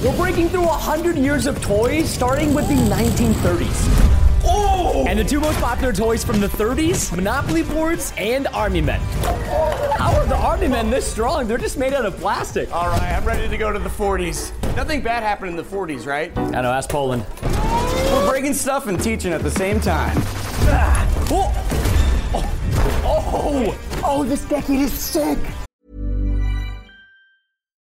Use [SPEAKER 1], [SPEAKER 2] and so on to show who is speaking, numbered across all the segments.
[SPEAKER 1] We're breaking through 100 years of toys, starting with the 1930s.
[SPEAKER 2] Oh!
[SPEAKER 1] And the two most popular toys from the 30s Monopoly boards and Army Men. How are the Army Men this strong? They're just made out of plastic. I
[SPEAKER 2] All right, I'm ready to go to the 40s. Nothing bad happened in the 40s, right?
[SPEAKER 1] don't know, ask Poland.
[SPEAKER 2] We're breaking stuff and teaching at the same time.
[SPEAKER 1] Oh! Oh! Oh, this decade is sick!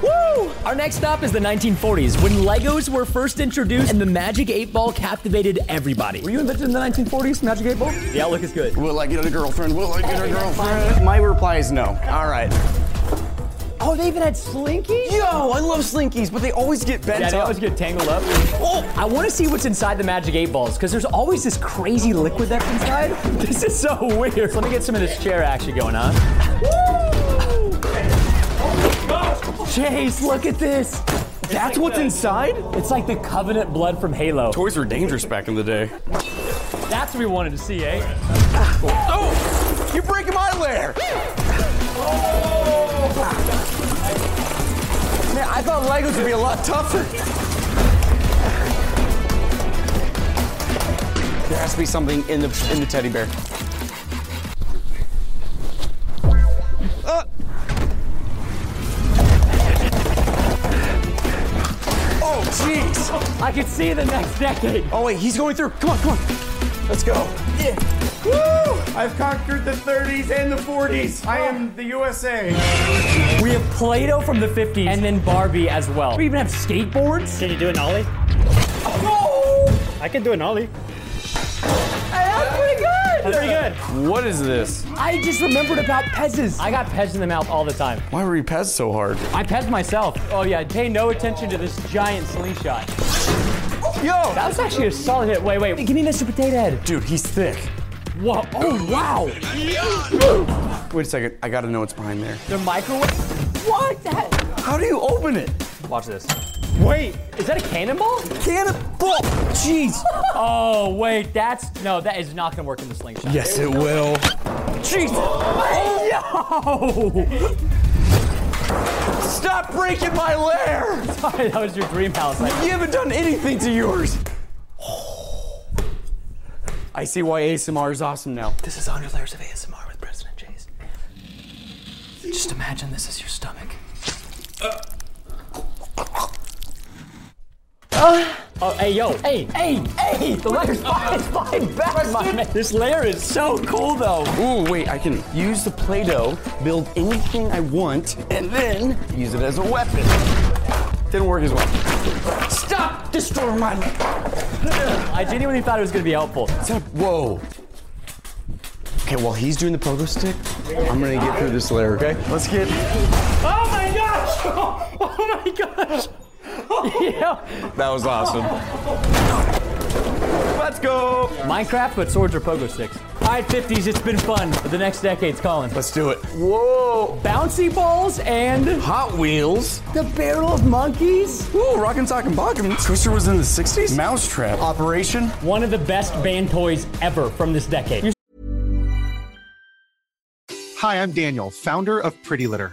[SPEAKER 1] Woo! Our next stop is the 1940s, when Legos were first introduced and the Magic 8 Ball captivated everybody. Were you invented in the 1940s, Magic 8 Ball? The outlook is good.
[SPEAKER 2] Will I get a girlfriend? Will I get a girlfriend? My reply is no. All right.
[SPEAKER 1] Oh, they even had Slinky?
[SPEAKER 2] Yo, I love Slinkies, but they always get bent
[SPEAKER 1] Yeah, they
[SPEAKER 2] up.
[SPEAKER 1] always get tangled up. Oh, I want to see what's inside the Magic 8 Balls, because there's always this crazy liquid that's inside. This is so weird. Let me get some of this chair action going on. Chase, look at this.
[SPEAKER 2] That's what's inside?
[SPEAKER 1] It's like the Covenant blood from Halo.
[SPEAKER 2] Toys were dangerous back in the day.
[SPEAKER 1] That's what we wanted to see, eh?
[SPEAKER 2] Oh! You're breaking my lair! Man, I thought Legos would be a lot tougher. There has to be something in the in the teddy bear. Uh. Oh, jeez.
[SPEAKER 1] I can see the next decade.
[SPEAKER 2] Oh wait, he's going through. Come on, come on. Let's go. Yeah. Woo! I've conquered the 30s and the 40s. I am the USA.
[SPEAKER 1] We have Play-Doh from the 50s and then Barbie as well. We even have skateboards. Can you do an ollie? I can do an ollie. that's pretty good. That's pretty good.
[SPEAKER 2] What is this?
[SPEAKER 1] I just remembered about pezzes. I got pez in the mouth all the time.
[SPEAKER 2] Why were you pez so hard?
[SPEAKER 1] I pez myself. Oh yeah, pay no attention to this giant slingshot.
[SPEAKER 2] Yo,
[SPEAKER 1] That was actually a solid hit. Wait, wait. Give me Mr. Potato Head.
[SPEAKER 2] dude, he's thick.
[SPEAKER 1] Whoa. Oh wow.
[SPEAKER 2] Wait a second, I gotta know what's behind there.
[SPEAKER 1] The microwave. What? That-
[SPEAKER 2] How do you open it?
[SPEAKER 1] Watch this. Wait, is that a cannonball?
[SPEAKER 2] Cannonball! Jeez.
[SPEAKER 1] Oh wait, that's no, that is not gonna work in the slingshot.
[SPEAKER 2] Yes, it will.
[SPEAKER 1] Jeez. Oh,
[SPEAKER 2] Stop breaking my lair.
[SPEAKER 1] yo! Sorry, that was your dream house. Like,
[SPEAKER 2] You haven't done anything to yours. I see why ASMR is awesome now.
[SPEAKER 3] This is 100 Layers of ASMR with President Chase. Just imagine this is your stomach.
[SPEAKER 1] oh, hey, yo, hey, hey, hey! The layer's flying, flying back, my man. This layer is so cool, though.
[SPEAKER 2] Ooh, wait, I can use the Play Doh, build anything I want, and then use it as a weapon. Didn't work as well. Stop destroying my.
[SPEAKER 1] I genuinely thought it was gonna be helpful.
[SPEAKER 2] Stop. Whoa. Okay, while he's doing the pogo stick, I'm gonna get through this layer, okay? Let's get.
[SPEAKER 1] Oh my gosh! Oh, my gosh! yeah.
[SPEAKER 2] That was awesome. Let's go.
[SPEAKER 1] Minecraft, but swords are pogo sticks. All right, 50s, it's been fun. But the next decade's calling.
[SPEAKER 2] Let's do it. Whoa.
[SPEAKER 1] Bouncy balls and
[SPEAKER 2] Hot Wheels.
[SPEAKER 1] the barrel of monkeys.
[SPEAKER 2] Ooh, Rockin' Sockin' Bonkin'. Twister was in the 60s. Mousetrap. Operation.
[SPEAKER 1] One of the best band toys ever from this decade.
[SPEAKER 4] Hi, I'm Daniel, founder of Pretty Litter.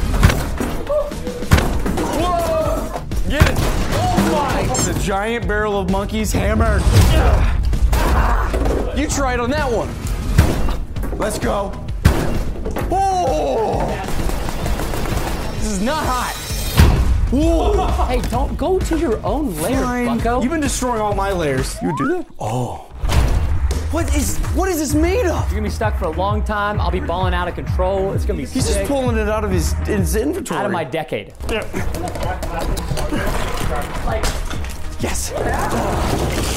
[SPEAKER 2] Whoa! Get it! Oh my! It's a giant barrel of monkeys hammered. You tried on that one. Let's go. Oh! This is not hot. Whoa!
[SPEAKER 1] Hey, don't go to your own lair, bucko.
[SPEAKER 2] You've been destroying all my layers. You do that? Oh. What is? What is this made of?
[SPEAKER 1] You're gonna be stuck for a long time. I'll be balling out of control. It's gonna be
[SPEAKER 2] He's just
[SPEAKER 1] sick.
[SPEAKER 2] pulling it out of his, his inventory.
[SPEAKER 1] out of my decade.
[SPEAKER 2] Yes.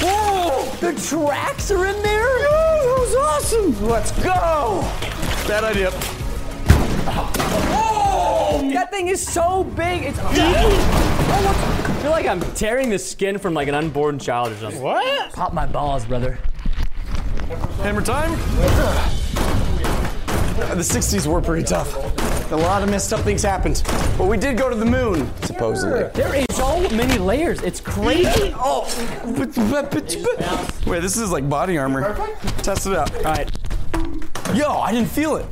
[SPEAKER 2] Whoa! The tracks are in there? that was awesome! Let's go! Bad idea. Whoa!
[SPEAKER 1] That thing is so big. It's. Oh, what's- I feel like I'm tearing the skin from like an unborn child or something.
[SPEAKER 2] What?
[SPEAKER 1] Pop my balls, brother.
[SPEAKER 2] Hammer time? The 60s were pretty tough. A lot of messed up things happened. But we did go to the moon, supposedly.
[SPEAKER 1] There is so many layers. It's crazy.
[SPEAKER 2] Oh! but- but- but- but- Wait, this is like body armor. Test it out.
[SPEAKER 1] All right.
[SPEAKER 2] Yo, I didn't feel it.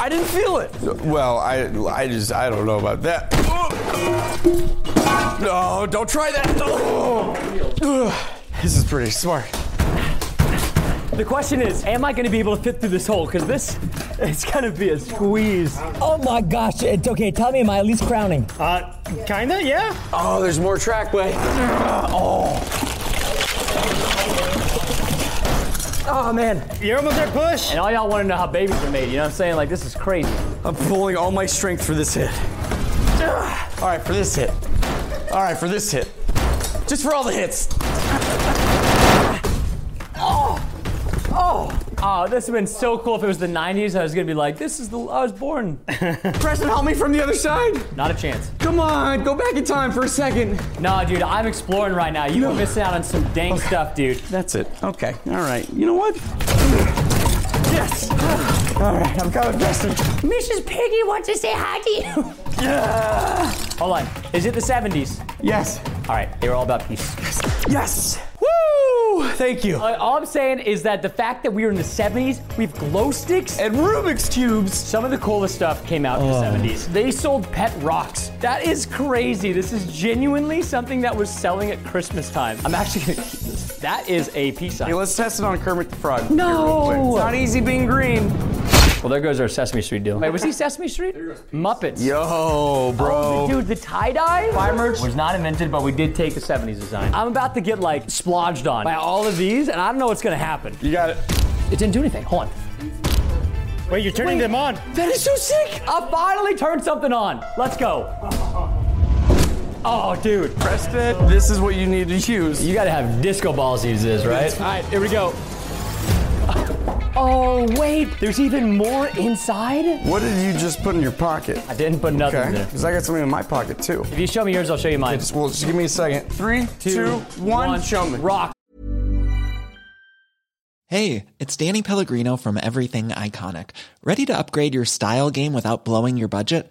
[SPEAKER 2] I didn't feel it. Well, I, I just, I don't know about that. No, don't try that. This is pretty smart.
[SPEAKER 1] The question is, am I going to be able to fit through this hole? Because this, it's going to be a squeeze.
[SPEAKER 5] Oh my gosh, it's okay. Tell me, am I at least crowning?
[SPEAKER 1] Uh, kinda, yeah.
[SPEAKER 2] Oh, there's more trackway. Oh. Oh man,
[SPEAKER 1] You're almost there, push. And all y'all want to know how babies are made. You know what I'm saying? Like this is crazy.
[SPEAKER 2] I'm pulling all my strength for this hit. All right, for this hit. All right, for this hit. Just for all the hits.
[SPEAKER 1] Oh, this would have been so cool if it was the 90s. I was going to be like, this is the I was born.
[SPEAKER 2] Preston, help me from the other side.
[SPEAKER 1] Not a chance.
[SPEAKER 2] Come on, go back in time for a second.
[SPEAKER 1] No, dude, I'm exploring right now. You were missing out on some dang stuff, dude.
[SPEAKER 2] That's it. Okay. All right. You know what? Yes. All right. I'm coming, Preston.
[SPEAKER 1] Mrs. Piggy wants to say hi to you. Hold on. Is it the 70s?
[SPEAKER 2] Yes.
[SPEAKER 1] All right, they were all about peace.
[SPEAKER 2] Yes. Woo! Thank you.
[SPEAKER 1] Uh, all I'm saying is that the fact that we were in the 70s, we have glow sticks.
[SPEAKER 2] And Rubik's cubes.
[SPEAKER 1] Some of the coolest stuff came out in the 70s. They sold pet rocks. That is crazy. This is genuinely something that was selling at Christmas time. I'm actually gonna keep this. That is a peace sign.
[SPEAKER 2] Hey, let's test it on Kermit the Frog.
[SPEAKER 1] No!
[SPEAKER 2] It's not easy being green.
[SPEAKER 1] Well, there goes our Sesame Street deal. Wait, was he Sesame Street? Muppets.
[SPEAKER 2] Yo,
[SPEAKER 1] Oh,
[SPEAKER 2] bro.
[SPEAKER 1] Dude, the tie dye fire merch was not invented, but we did take the 70s design. I'm about to get like splodged on by all of these, and I don't know what's gonna happen.
[SPEAKER 2] you got it.
[SPEAKER 1] It didn't do anything. Hold on. Wait, you're turning them on.
[SPEAKER 2] That is so sick.
[SPEAKER 1] I finally turned something on. Let's go. Oh, dude.
[SPEAKER 2] Preston, this is what you need to use.
[SPEAKER 1] You gotta have disco balls to use this, right? All right, here we go. Oh, wait. There's even more inside?
[SPEAKER 2] What did you just put in your pocket?
[SPEAKER 1] I didn't put nothing in
[SPEAKER 2] Okay.
[SPEAKER 1] there.
[SPEAKER 2] Because I got something in my pocket too.
[SPEAKER 1] If you show me yours, I'll show you mine.
[SPEAKER 2] Well, just give me a second. Three, two, one. Show me.
[SPEAKER 1] Rock.
[SPEAKER 5] Hey, it's Danny Pellegrino from Everything Iconic. Ready to upgrade your style game without blowing your budget?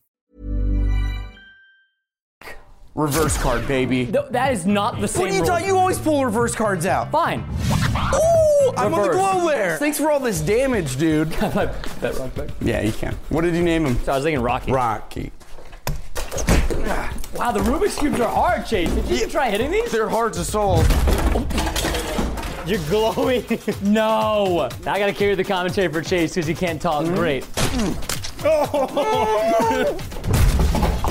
[SPEAKER 2] Reverse card, baby.
[SPEAKER 1] No, that is not the same.
[SPEAKER 2] what are you
[SPEAKER 1] rule.
[SPEAKER 2] talking? You always pull reverse cards out.
[SPEAKER 1] Fine.
[SPEAKER 2] Ooh, I'm on the
[SPEAKER 1] Reverse.
[SPEAKER 2] glow there. Thanks for all this damage, dude.
[SPEAKER 1] That rock back.
[SPEAKER 2] yeah, you can. What did you name him?
[SPEAKER 1] So I was thinking Rocky.
[SPEAKER 2] Rocky.
[SPEAKER 1] Wow, the Rubik's cubes are hard, Chase. Did you try hitting these?
[SPEAKER 2] They're hard to solve.
[SPEAKER 1] You're glowing. no. Now I gotta carry the commentary for Chase because he can't talk.
[SPEAKER 2] Mm-hmm.
[SPEAKER 1] Great.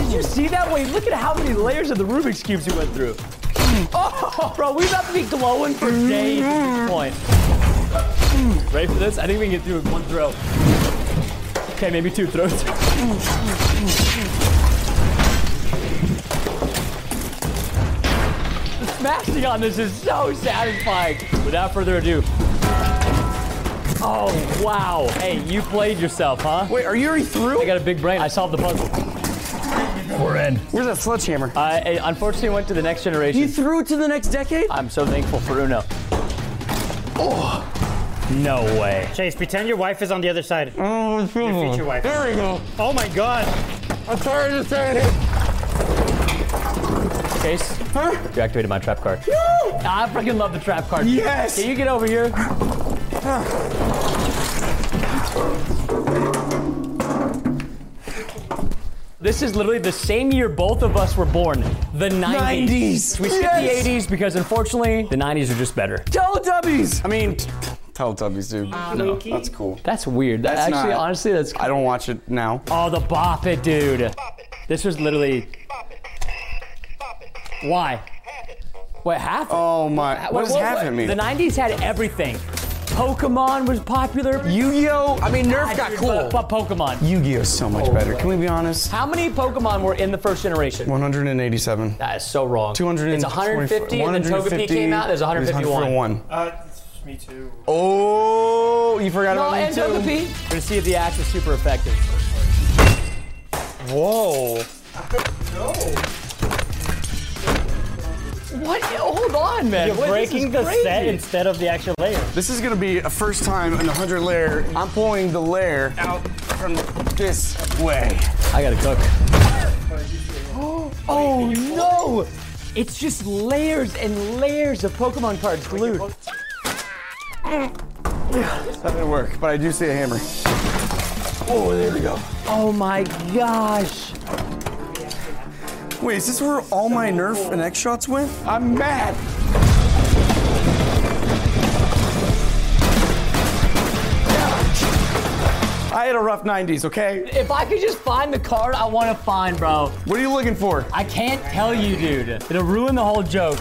[SPEAKER 1] Did you see that? Wait, look at how many layers of the Rubik's cubes he went through.
[SPEAKER 2] Mm-hmm.
[SPEAKER 1] Oh, bro, we about to be glowing for days at this point. Ready for this? I think we can get through with one throw. Okay, maybe two throws. The smashing on this is so satisfying. Without further ado. Oh, wow. Hey, you played yourself, huh?
[SPEAKER 2] Wait, are you already through?
[SPEAKER 1] I got a big brain. I solved the puzzle. We're in.
[SPEAKER 2] Where's that sledgehammer?
[SPEAKER 1] I, I unfortunately went to the next
[SPEAKER 2] you
[SPEAKER 1] generation.
[SPEAKER 2] threw it to the next decade?
[SPEAKER 1] I'm so thankful for Uno. Oh. No way.
[SPEAKER 6] Chase, pretend your wife is on the other side.
[SPEAKER 2] Oh,
[SPEAKER 6] Your future wife.
[SPEAKER 2] There we go.
[SPEAKER 6] Oh my god.
[SPEAKER 2] I'm tired of saying it.
[SPEAKER 1] Chase,
[SPEAKER 2] Huh?
[SPEAKER 1] you activated my trap card.
[SPEAKER 2] No!
[SPEAKER 1] I freaking love the trap card.
[SPEAKER 2] Yes!
[SPEAKER 1] Can you get over here? This is literally the same year both of us were born, the 90s.
[SPEAKER 2] 90s.
[SPEAKER 1] We skipped
[SPEAKER 2] Yes.
[SPEAKER 1] the 80s because unfortunately, the 90s are just better.
[SPEAKER 2] Teletubbies! I mean, t- Teletubbies, dude. no, that's cool.
[SPEAKER 1] That's weird. Ah, That
[SPEAKER 2] That's
[SPEAKER 1] actually,
[SPEAKER 2] not-
[SPEAKER 1] honestly, that's.
[SPEAKER 2] I don't watch it now.
[SPEAKER 1] Oh, the Bop It, dude. This was literally. Why? What happened?
[SPEAKER 2] Oh my. What, does half it mean?
[SPEAKER 1] The 90s had everything. Pokemon was popular.
[SPEAKER 2] Yu-Gi-Oh! I mean, Nerf
[SPEAKER 1] God,
[SPEAKER 2] got
[SPEAKER 1] dude,
[SPEAKER 2] cool.
[SPEAKER 1] But, but Pokemon.
[SPEAKER 2] Yu-Gi-Oh! so much better. Can we be honest?
[SPEAKER 1] How many Pokemon were in the first generation?
[SPEAKER 2] 187.
[SPEAKER 1] That is so wrong.
[SPEAKER 2] 200
[SPEAKER 1] It's 150, and then Togepi came out, there's 151.
[SPEAKER 2] 151.
[SPEAKER 6] Uh, me too.
[SPEAKER 2] Oh, you forgot
[SPEAKER 1] No,
[SPEAKER 2] about me
[SPEAKER 1] and
[SPEAKER 2] too.
[SPEAKER 1] Togepi. We're gonna see if the axe is super effective.
[SPEAKER 2] Whoa.
[SPEAKER 1] What? Hold on, man.
[SPEAKER 6] You're
[SPEAKER 1] Wait, this is
[SPEAKER 6] breaking the
[SPEAKER 1] crazy.
[SPEAKER 6] set instead of the actual layer.
[SPEAKER 2] This is gonna be a first time in the 100 layer. I'm pulling the layer out from this way.
[SPEAKER 1] I gotta cook. oh no! It's just layers and layers of Pokemon cards glued.
[SPEAKER 2] That didn't work, but I do see a hammer. Oh, there we go.
[SPEAKER 1] Oh my gosh!
[SPEAKER 2] Wait, is this where all my Nerf and X shots went? I'm mad. I had a rough 90s, okay?
[SPEAKER 1] If I could just find the card I want to find, bro,
[SPEAKER 2] What are you looking for?
[SPEAKER 1] I can't tell you, dude. It'll ruin the whole joke.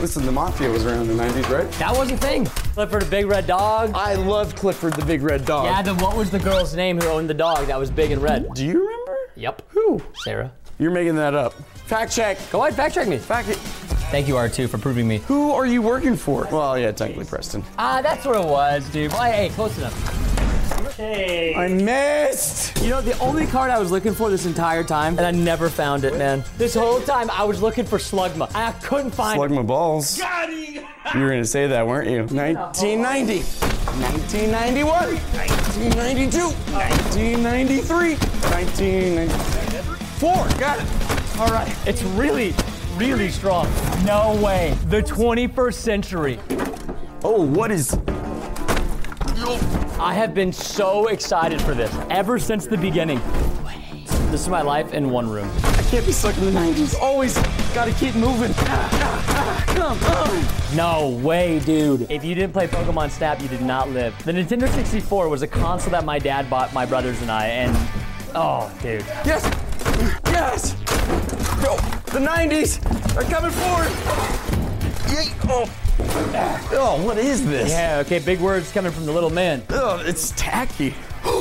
[SPEAKER 2] Listen, the Mafia was around in the 90s, right?
[SPEAKER 1] That was a thing. Clifford, a big red dog.
[SPEAKER 2] I love Clifford the Big Red Dog.
[SPEAKER 1] Yeah, then what was the girl's name who owned the dog that was big and red?
[SPEAKER 2] Do you remember?
[SPEAKER 1] Yep. Who? Sarah.
[SPEAKER 2] You're making that up. Fact check.
[SPEAKER 1] Go ahead, fact check me.
[SPEAKER 2] Fact it.
[SPEAKER 1] Thank you, R2, for proving me.
[SPEAKER 2] Who are you working for? Well, yeah, technically Preston.
[SPEAKER 1] Ah, that's what it was, dude. Well, hey, hey, close enough.
[SPEAKER 6] Hey.
[SPEAKER 2] I missed.
[SPEAKER 1] You know, the only card I was looking for this entire time, and I never found it, man. This whole time, I was looking for Slugma. and I couldn't find
[SPEAKER 2] Slug my balls. Got it. You were gonna say that, weren't you? 1990, 1991, 1992, 1993, 1994. Got it. All right.
[SPEAKER 1] it. It's really, really strong. No way. The 21st century.
[SPEAKER 2] Oh, what is?
[SPEAKER 1] I have been so excited for this ever since the beginning. This is my life in one room.
[SPEAKER 2] I can't be stuck in the 90s. Always gotta keep moving.
[SPEAKER 1] Come on! No way, dude. If you didn't play Pokemon Snap, you did not live. The Nintendo 64 was a console that my dad bought my brothers and I, and oh, dude.
[SPEAKER 2] Yes! Yes! Yo, the 90s are coming forward! Yeet! Oh. oh, what is this?
[SPEAKER 1] Yeah, okay, big words coming from the little man.
[SPEAKER 2] Ugh, it's tacky.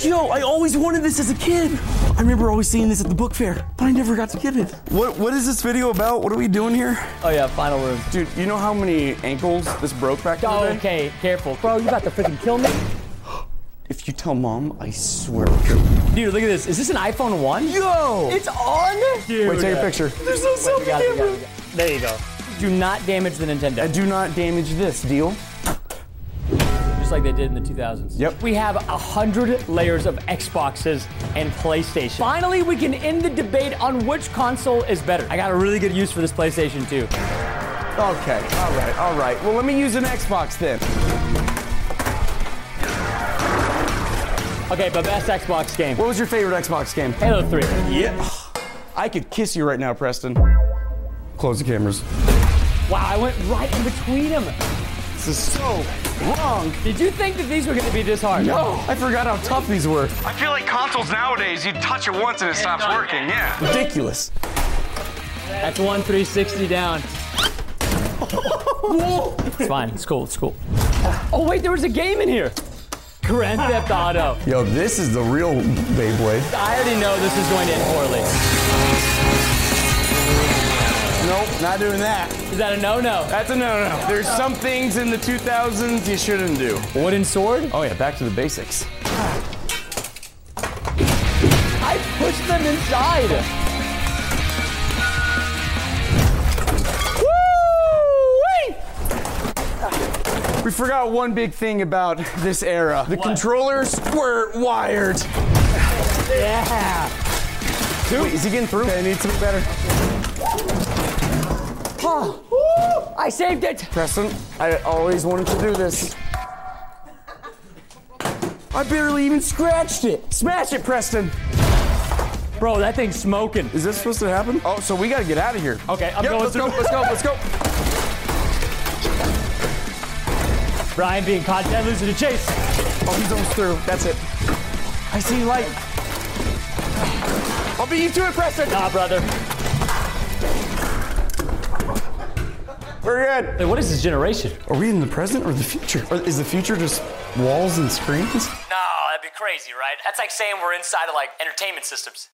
[SPEAKER 2] Yo, I always wanted this as a kid. I remember always seeing this at the book fair, but I never got to get it. What What is this video about? What are we doing here?
[SPEAKER 1] Oh, yeah, final room.
[SPEAKER 2] Dude, you know how many ankles this broke back in the day?
[SPEAKER 1] Okay, careful. Bro, you about to freaking kill me?
[SPEAKER 2] If you tell mom, I swear.
[SPEAKER 1] Dude, look at this. Is this an iPhone 1?
[SPEAKER 2] Yo!
[SPEAKER 1] It's on? Dude.
[SPEAKER 2] Wait, take a picture.
[SPEAKER 1] There's no selfie camera.
[SPEAKER 6] There you go.
[SPEAKER 1] Do not damage the Nintendo.
[SPEAKER 2] Do not damage this, deal?
[SPEAKER 1] just like they did in the 2000s.
[SPEAKER 2] Yep.
[SPEAKER 1] We have a hundred layers of Xboxes and PlayStation. Finally, we can end the debate on which console is better. I got a really good use for this PlayStation 2.
[SPEAKER 2] Okay, all right, all right. Well, let me use an Xbox then.
[SPEAKER 1] Okay, but best Xbox game.
[SPEAKER 2] What was your favorite Xbox game?
[SPEAKER 1] Halo 3.
[SPEAKER 2] Yeah. I could kiss you right now, Preston. Close the cameras.
[SPEAKER 1] Wow, I went right in between them.
[SPEAKER 2] This is so wrong.
[SPEAKER 1] Did you think that these were gonna be this hard?
[SPEAKER 2] No, I forgot how tough these were.
[SPEAKER 7] I feel like consoles nowadays, you touch it once and it stops working, yeah.
[SPEAKER 2] Ridiculous.
[SPEAKER 1] That's one 360 down. It's fine. It's cool. It's cool. Oh wait, there was a game in here. Grand Theft Auto.
[SPEAKER 2] Yo, this is the real Beyblade.
[SPEAKER 1] I already know this is going to end poorly.
[SPEAKER 2] Nope, not doing that.
[SPEAKER 1] Is that a no-no?
[SPEAKER 2] That's a no-no. There's some things in the 2000s you shouldn't do.
[SPEAKER 1] Wooden sword?
[SPEAKER 2] Oh yeah, back to the basics.
[SPEAKER 1] I pushed them inside.
[SPEAKER 2] We forgot one big thing about this era. The controllers were wired.
[SPEAKER 1] Yeah.
[SPEAKER 2] Dude, is he getting through? Okay, it needs to be better.
[SPEAKER 1] Oh, woo, I saved it.
[SPEAKER 2] Preston, I always wanted to do this. I barely even scratched it. Smash it, Preston.
[SPEAKER 1] Bro, that thing's smoking.
[SPEAKER 2] Is this supposed to happen? Oh, so we gotta get out of here.
[SPEAKER 1] Okay, I'm
[SPEAKER 2] Yep,
[SPEAKER 1] going
[SPEAKER 2] let's
[SPEAKER 1] through.
[SPEAKER 2] go. Let's go. Let's go.
[SPEAKER 1] Brian being caught dead, losing the chase.
[SPEAKER 2] Oh, he's almost through. That's it. I see light. I'll beat you to it, Preston.
[SPEAKER 1] Nah, brother.
[SPEAKER 2] We're good.
[SPEAKER 1] Hey, what is this generation?
[SPEAKER 2] Are we in the present or the future? Or is the future just walls and screens?
[SPEAKER 1] No, that'd be crazy, right? That's like saying we're inside of like entertainment systems.